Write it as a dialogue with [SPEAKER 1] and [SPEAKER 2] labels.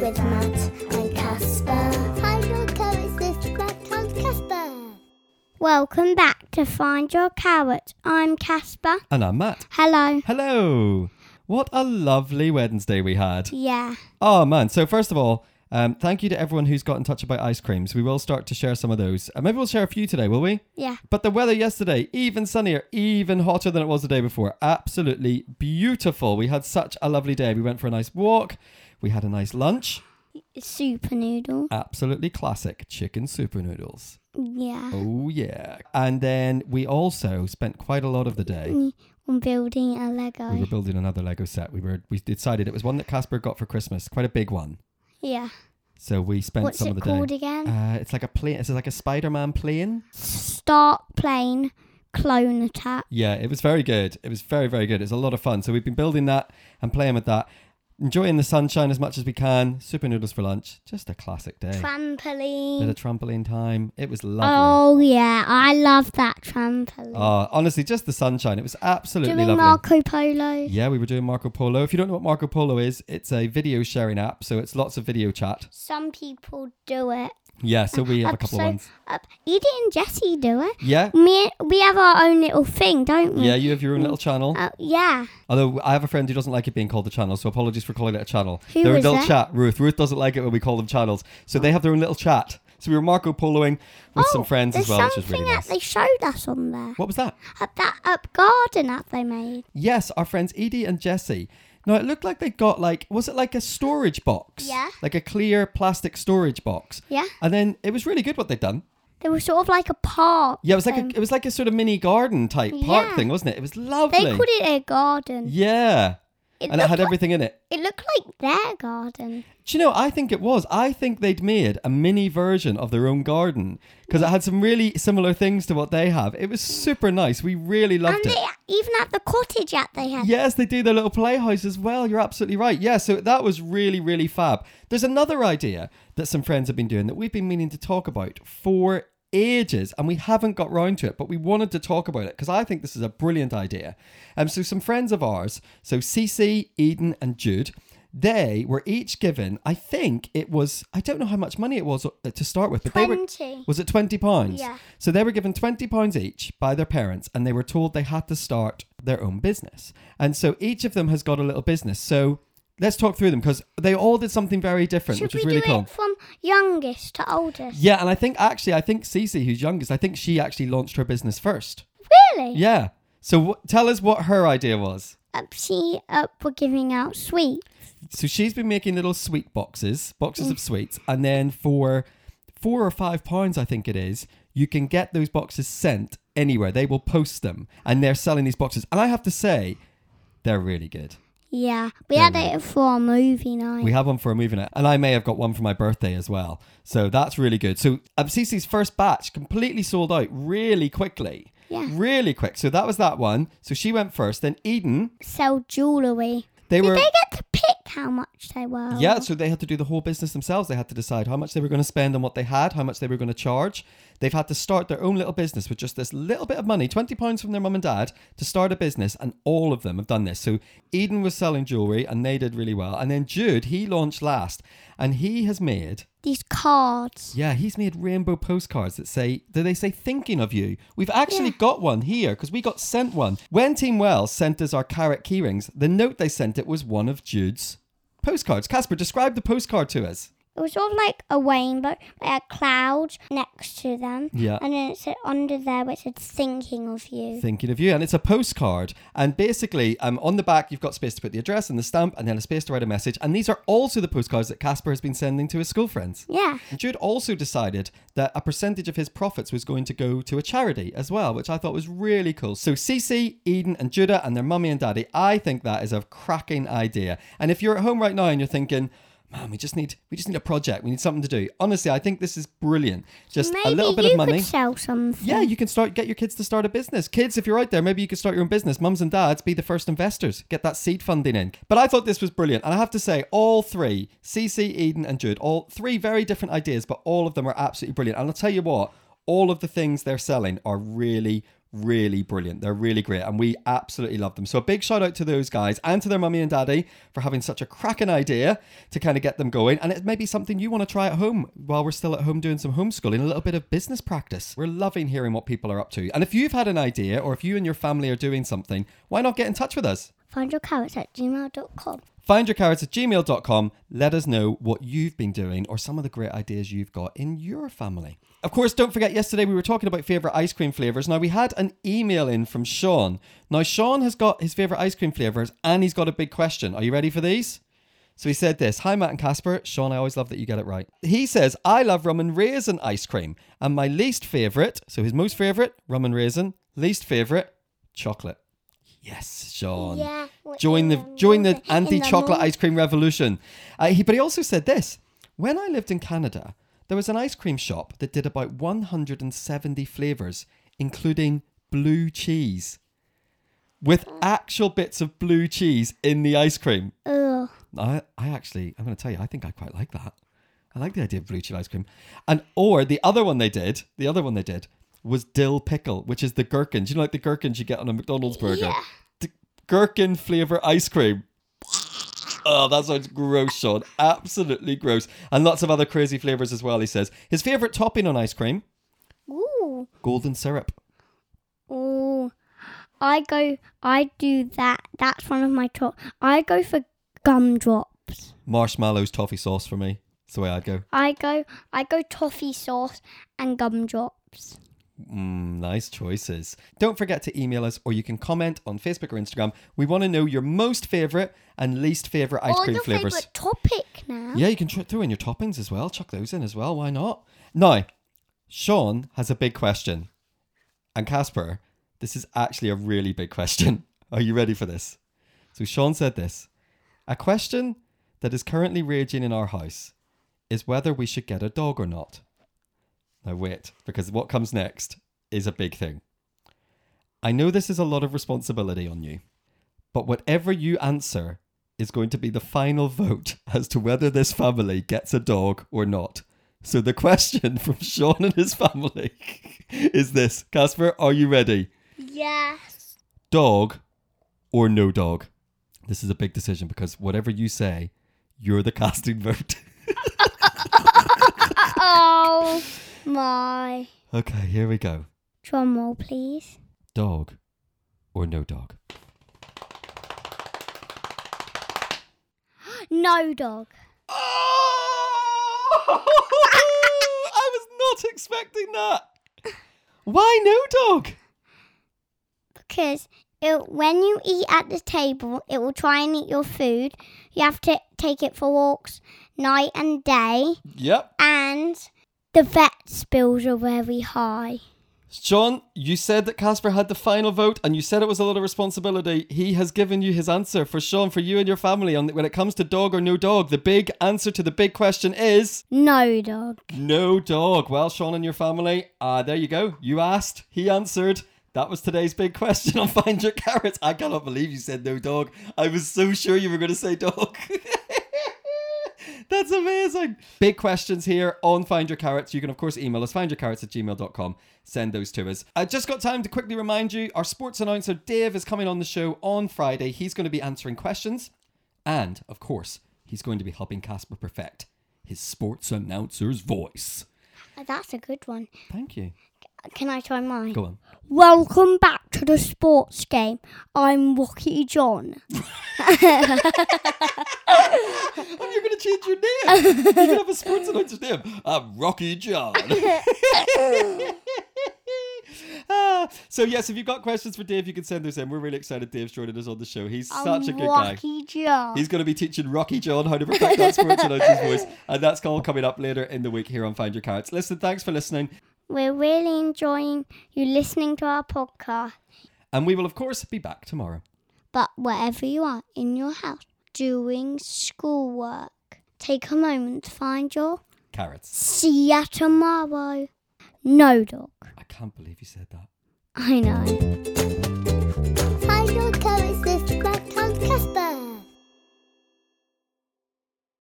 [SPEAKER 1] with Matt and Casper. Find your carrots with Matt and Casper. Welcome back to Find Your Carrot. I'm Casper.
[SPEAKER 2] And I'm Matt.
[SPEAKER 1] Hello.
[SPEAKER 2] Hello. What a lovely Wednesday we had.
[SPEAKER 1] Yeah.
[SPEAKER 2] Oh, man. So, first of all, um, thank you to everyone who's got in touch about ice creams. We will start to share some of those. Uh, maybe we'll share a few today, will we?
[SPEAKER 1] Yeah.
[SPEAKER 2] But the weather yesterday, even sunnier, even hotter than it was the day before. Absolutely beautiful. We had such a lovely day. We went for a nice walk. We had a nice lunch.
[SPEAKER 1] Super noodle.
[SPEAKER 2] Absolutely classic chicken super noodles.
[SPEAKER 1] Yeah.
[SPEAKER 2] Oh, yeah. And then we also spent quite a lot of the day.
[SPEAKER 1] I'm building a Lego.
[SPEAKER 2] We were building another Lego set. We were we decided it was one that Casper got for Christmas, quite a big one.
[SPEAKER 1] yeah.
[SPEAKER 2] So we spent
[SPEAKER 1] What's
[SPEAKER 2] some
[SPEAKER 1] it
[SPEAKER 2] of the
[SPEAKER 1] called
[SPEAKER 2] day.
[SPEAKER 1] again?
[SPEAKER 2] Uh, it's like a plane. It's like a Spider-Man plane.
[SPEAKER 1] Start playing clone attack.
[SPEAKER 2] Yeah, it was very good. It was very very good. It's a lot of fun. So we've been building that and playing with that, enjoying the sunshine as much as we can. Super noodles for lunch. Just a classic day. Bit
[SPEAKER 1] Trampoline.
[SPEAKER 2] of trampoline time. It was lovely.
[SPEAKER 1] Oh yeah, I love that trampoline.
[SPEAKER 2] Ah, honestly, just the sunshine. It was absolutely
[SPEAKER 1] Doing
[SPEAKER 2] lovely.
[SPEAKER 1] Marco Polo.
[SPEAKER 2] yeah, we were doing Marco Polo. If you don't know what Marco Polo is, it's a video sharing app. So it's lots of video chat.
[SPEAKER 1] Some people do it.
[SPEAKER 2] Yeah, so we have a couple
[SPEAKER 1] so,
[SPEAKER 2] of ones.
[SPEAKER 1] Uh, Edie and Jessie do it.
[SPEAKER 2] Yeah,
[SPEAKER 1] Me, we have our own little thing, don't we?
[SPEAKER 2] Yeah, you have your own little channel.
[SPEAKER 1] Uh, yeah.
[SPEAKER 2] Although I have a friend who doesn't like it being called a channel, so apologies for calling it a channel.
[SPEAKER 1] Who
[SPEAKER 2] Their
[SPEAKER 1] was
[SPEAKER 2] adult
[SPEAKER 1] that?
[SPEAKER 2] chat, Ruth. Ruth doesn't like it when we call them channels, so they have their own little chat. So we were Marco Poloing with some
[SPEAKER 1] Oh,
[SPEAKER 2] friends as
[SPEAKER 1] there's
[SPEAKER 2] well, which is
[SPEAKER 1] something
[SPEAKER 2] really
[SPEAKER 1] that
[SPEAKER 2] nice.
[SPEAKER 1] they showed us on there.
[SPEAKER 2] What was that?
[SPEAKER 1] Uh, that up garden app they made.
[SPEAKER 2] Yes, our friends Edie and Jesse. Now it looked like they got like was it like a storage box?
[SPEAKER 1] Yeah.
[SPEAKER 2] Like a clear plastic storage box.
[SPEAKER 1] Yeah.
[SPEAKER 2] And then it was really good what they'd done.
[SPEAKER 1] They were sort of like a park.
[SPEAKER 2] Yeah, it was like
[SPEAKER 1] Um,
[SPEAKER 2] a it was like a sort of mini garden type park
[SPEAKER 1] Yeah.
[SPEAKER 2] thing, wasn't it? It was
[SPEAKER 1] They
[SPEAKER 2] lovely.
[SPEAKER 1] called it a garden.
[SPEAKER 2] yeah.
[SPEAKER 1] It
[SPEAKER 2] and it
[SPEAKER 1] looked
[SPEAKER 2] had
[SPEAKER 1] like-
[SPEAKER 2] everything in it.
[SPEAKER 1] It looked like their garden.
[SPEAKER 2] Do you know? I think it was. I think they'd made a mini version of their own garden because it had some really similar things to what they have. It was super nice. We really loved
[SPEAKER 1] and
[SPEAKER 2] it.
[SPEAKER 1] they even had the cottage app they had.
[SPEAKER 2] Yes, they do their little playhouse as well. You're absolutely right. Yeah, so that was really, really fab. There's another idea that some friends have been doing that we've been meaning to talk about for ages and we haven't got round to it, but we wanted to talk about it because I think this is a brilliant idea. Um, so some friends of ours, so Cece, Eden, and Jude. They were each given, I think it was, I don't know how much money it was uh, to start with, but they were.
[SPEAKER 1] 20.
[SPEAKER 2] Was it twenty pounds?
[SPEAKER 1] Yeah.
[SPEAKER 2] So they were given twenty pounds each by their parents, and they were told they had to start their own business. And so each of them has got a little business. So let's talk through them because they all did something very different,
[SPEAKER 1] Should
[SPEAKER 2] which was
[SPEAKER 1] we
[SPEAKER 2] really
[SPEAKER 1] do
[SPEAKER 2] cool.
[SPEAKER 1] it from youngest to oldest?
[SPEAKER 2] Yeah, and I think actually, I think Cece, who's youngest, I think she actually launched her business first.
[SPEAKER 1] Really? Uh,
[SPEAKER 2] Yeah. So w- tell us what her idea was.
[SPEAKER 1] Up she up for giving out sweet.
[SPEAKER 2] So she's been making little sweet boxes, boxes
[SPEAKER 1] Mm.
[SPEAKER 2] of sweets, and then for four or five pounds, I think it is, you can get those boxes sent anywhere. They will post them, and they're selling these boxes. And I have to say, they're really good.
[SPEAKER 1] Yeah, we had it for our movie night.
[SPEAKER 2] We have one for a movie night, and I may have got one for my birthday as well. So that's really good. So um, Cece's first batch completely sold out really quickly.
[SPEAKER 1] Yeah.
[SPEAKER 2] Really quick. So that was that one. So she went first. Then Eden,
[SPEAKER 1] Sell jewellery.
[SPEAKER 2] they
[SPEAKER 1] Did
[SPEAKER 2] were.
[SPEAKER 1] they get to pick how much they were?
[SPEAKER 2] Yeah, so they had to do the whole business themselves. They had to decide how much they were going to spend on what they had, how much they were going to charge. They've had to start their own little business with just this little bit of money, twenty pounds from their mum and dad, to start a business, and all of them have done this. So Eden was selling jewelry, and they did really well. And then Jude, he launched last, and he has made
[SPEAKER 1] These cards.
[SPEAKER 2] yeah, he's made rainbow postcards that say, do they say thinking of you? We've actually got one here because we got sent one. When Team Wells sent us our carrot keyrings, the note they sent it was one of Jude's postcards. Casper, describe the postcard to us.
[SPEAKER 1] It was sort of like a rainbow, but it had clouds next to them.
[SPEAKER 2] Yeah.
[SPEAKER 1] And then it said under there which said thinking of you.
[SPEAKER 2] Thinking of you, and it's a postcard. And basically, um, on the back, you've got space to put the address and the stamp, and then a space to write a message. And these are also the postcards that Casper has been sending to his school friends.
[SPEAKER 1] yeah.
[SPEAKER 2] Jude also decided that a percentage of his profits was going to go to a charity as well, which I thought was really cool. So Cece, Eden, and Judah and their mummy and daddy, I think that is a cracking idea. And if you're at home right now and you're thinking, Man, we just need we just need a project. We need something to do. Honestly, I think this is brilliant. Just
[SPEAKER 1] Maybe
[SPEAKER 2] a little bit
[SPEAKER 1] you
[SPEAKER 2] of money.
[SPEAKER 1] could sell something.
[SPEAKER 2] Yeah, you can start get your kids to start a business. Kids, if you're out there, maybe you could start your own business. Mums and dads, be the first investors. Get that seed funding in. But I thought this was brilliant, and I have to say, all three, CC, Eden, and Jude, all three very different ideas, but all of them are absolutely brilliant. And I'll tell you what, all of the things they're selling are really, really brilliant. They're really great, and we absolutely love them. So a big shout out to those guys and to their mummy and daddy for having such a cracking idea to kind of get them going. And it may be something you want to try at home while we're still at home doing some homeschooling, a little bit of business practice. We're loving hearing what people are up to. And if you've had an idea, or if you and your family are doing something, why not get in touch with us?
[SPEAKER 1] Find your carrots at gmail.com.
[SPEAKER 2] Findyourcarrots at gmail.com. Let us know what you've been doing or some of the great ideas you've got in your family. Of course, don't forget, yesterday we were talking about favourite ice cream flavours. Now, we had an email in from Sean. Now, Sean has got his favourite ice cream flavours and he's got a big question. Are you ready for these? So he said this Hi, Matt and Casper. Sean, I always love that you get it right. He says, I love rum and raisin ice cream. And my least favourite, so his most favourite, rum and raisin, least favourite, chocolate. Yes, Sean
[SPEAKER 1] Yeah. what-
[SPEAKER 2] join the
[SPEAKER 1] um,
[SPEAKER 2] join
[SPEAKER 1] in
[SPEAKER 2] the anti chocolate
[SPEAKER 1] morning.
[SPEAKER 2] ice cream revolution. Uh, he, but he also said this: when I lived in Canada, there was an ice cream shop that did about 170 flavors, including blue cheese, with
[SPEAKER 1] Mm.
[SPEAKER 2] actual bits of blue cheese in the ice cream.
[SPEAKER 1] Ugh.
[SPEAKER 2] I, I actually, I'm going to tell you, I think I quite like that. I like the idea of blue cheese ice cream. And or the other one they did, the other one they did was dill pickle, which is the gherkins. You know, like the gherkins you get on a McDonald's burger. D- gherkin flavor ice cream. Oh, that sounds gross, Sean. Absolutely gross. And lots of other crazy flavors as well, he says. His favorite topping on ice cream,
[SPEAKER 1] Ooh.
[SPEAKER 2] golden syrup.
[SPEAKER 1] Ooh. I go. I do that. That's one of my top. I go for gumdrops.
[SPEAKER 2] Marshmallows, toffee sauce for me. That's the way I'd go.
[SPEAKER 1] I go. I go toffee sauce and gumdrops.
[SPEAKER 2] Mm, nice choices. Don't forget to email us or you can comment on Facebook or Instagram. We want to know your most favourite and least favourite ice
[SPEAKER 1] Or
[SPEAKER 2] cream
[SPEAKER 1] your
[SPEAKER 2] flavours.
[SPEAKER 1] favorite topic now.
[SPEAKER 2] Yeah, you can tr- throw in your toppings as well. Chuck those in as well. Why not? Now, Sean has a big question. And Casper, this is actually a really big question. Are you ready for this? So, Sean said this A question that is currently raging in our house is whether we should get a dog or not. Now, wait, because what comes next is a big thing. I know this is a lot of responsibility on you, but whatever you answer is going to be the final vote as to whether this family gets a dog or not. So the question from Sean and his family is this Casper, are you ready?
[SPEAKER 1] Yes.
[SPEAKER 2] Dog or no dog? This is a big decision because whatever you say, you're the casting vote.
[SPEAKER 1] Oh my.
[SPEAKER 2] okay, here we go.
[SPEAKER 1] Drum roll, please.
[SPEAKER 2] Dog or no dog?
[SPEAKER 1] No dog.
[SPEAKER 2] I was not expecting that. Why no dog?
[SPEAKER 1] because it, when you eat at the table, it will try and eat your food. You have to take it for walks night and day,
[SPEAKER 2] Yep,
[SPEAKER 1] and the vet's bills are very high.
[SPEAKER 2] John, you said that Casper had the final vote and you said it was a lot of responsibility. He has given you his answer for Sean, for you and your family. And when it comes to dog or no dog, the big answer to the big question is
[SPEAKER 1] No dog.
[SPEAKER 2] no dog. Well, Sean and your family, uh, there you go. You asked, he answered. That was today's big question on Find Your Carrots. I cannot believe you said no dog. I was so sure you were going to say dog. That's amazing. Big questions here on Find Your Carrots. You can, of course, email us, findyourcarrots at gmail.com. Send those to us. I just got time to quickly remind you our sports announcer, Dave, is coming on the show on Friday. He's going to be answering questions. And, of course, he's going to be helping Casper perfect his sports announcer's voice.
[SPEAKER 1] Oh, That's a good one.
[SPEAKER 2] Thank you.
[SPEAKER 1] Can I try mine?
[SPEAKER 2] Go on.
[SPEAKER 1] Welcome back to the sports game. I'm Rocky John.
[SPEAKER 2] Oh, you're going to change your name. You're going to have a sports announcer's name. I'm Rocky John. Ah, so yes, if you've got questions for Dave, you can send those in. We're really excited Dave's joining us on the show. He's such a
[SPEAKER 1] I'm
[SPEAKER 2] good guy.
[SPEAKER 1] Rocky John.
[SPEAKER 2] He's going to be teaching Rocky John how to perfect that sports announcer's voice, and that's all coming up later in the week here on Find Your Carrots. Listen, thanks for listening.
[SPEAKER 1] We're really enjoying you listening to our podcast.
[SPEAKER 2] And we will, of course, be back tomorrow.
[SPEAKER 1] But wherever you are in your house doing schoolwork, take a moment to find your.
[SPEAKER 2] Carrots.
[SPEAKER 1] See ya tomorrow. No dog.
[SPEAKER 2] I can't believe you said that.
[SPEAKER 1] I know.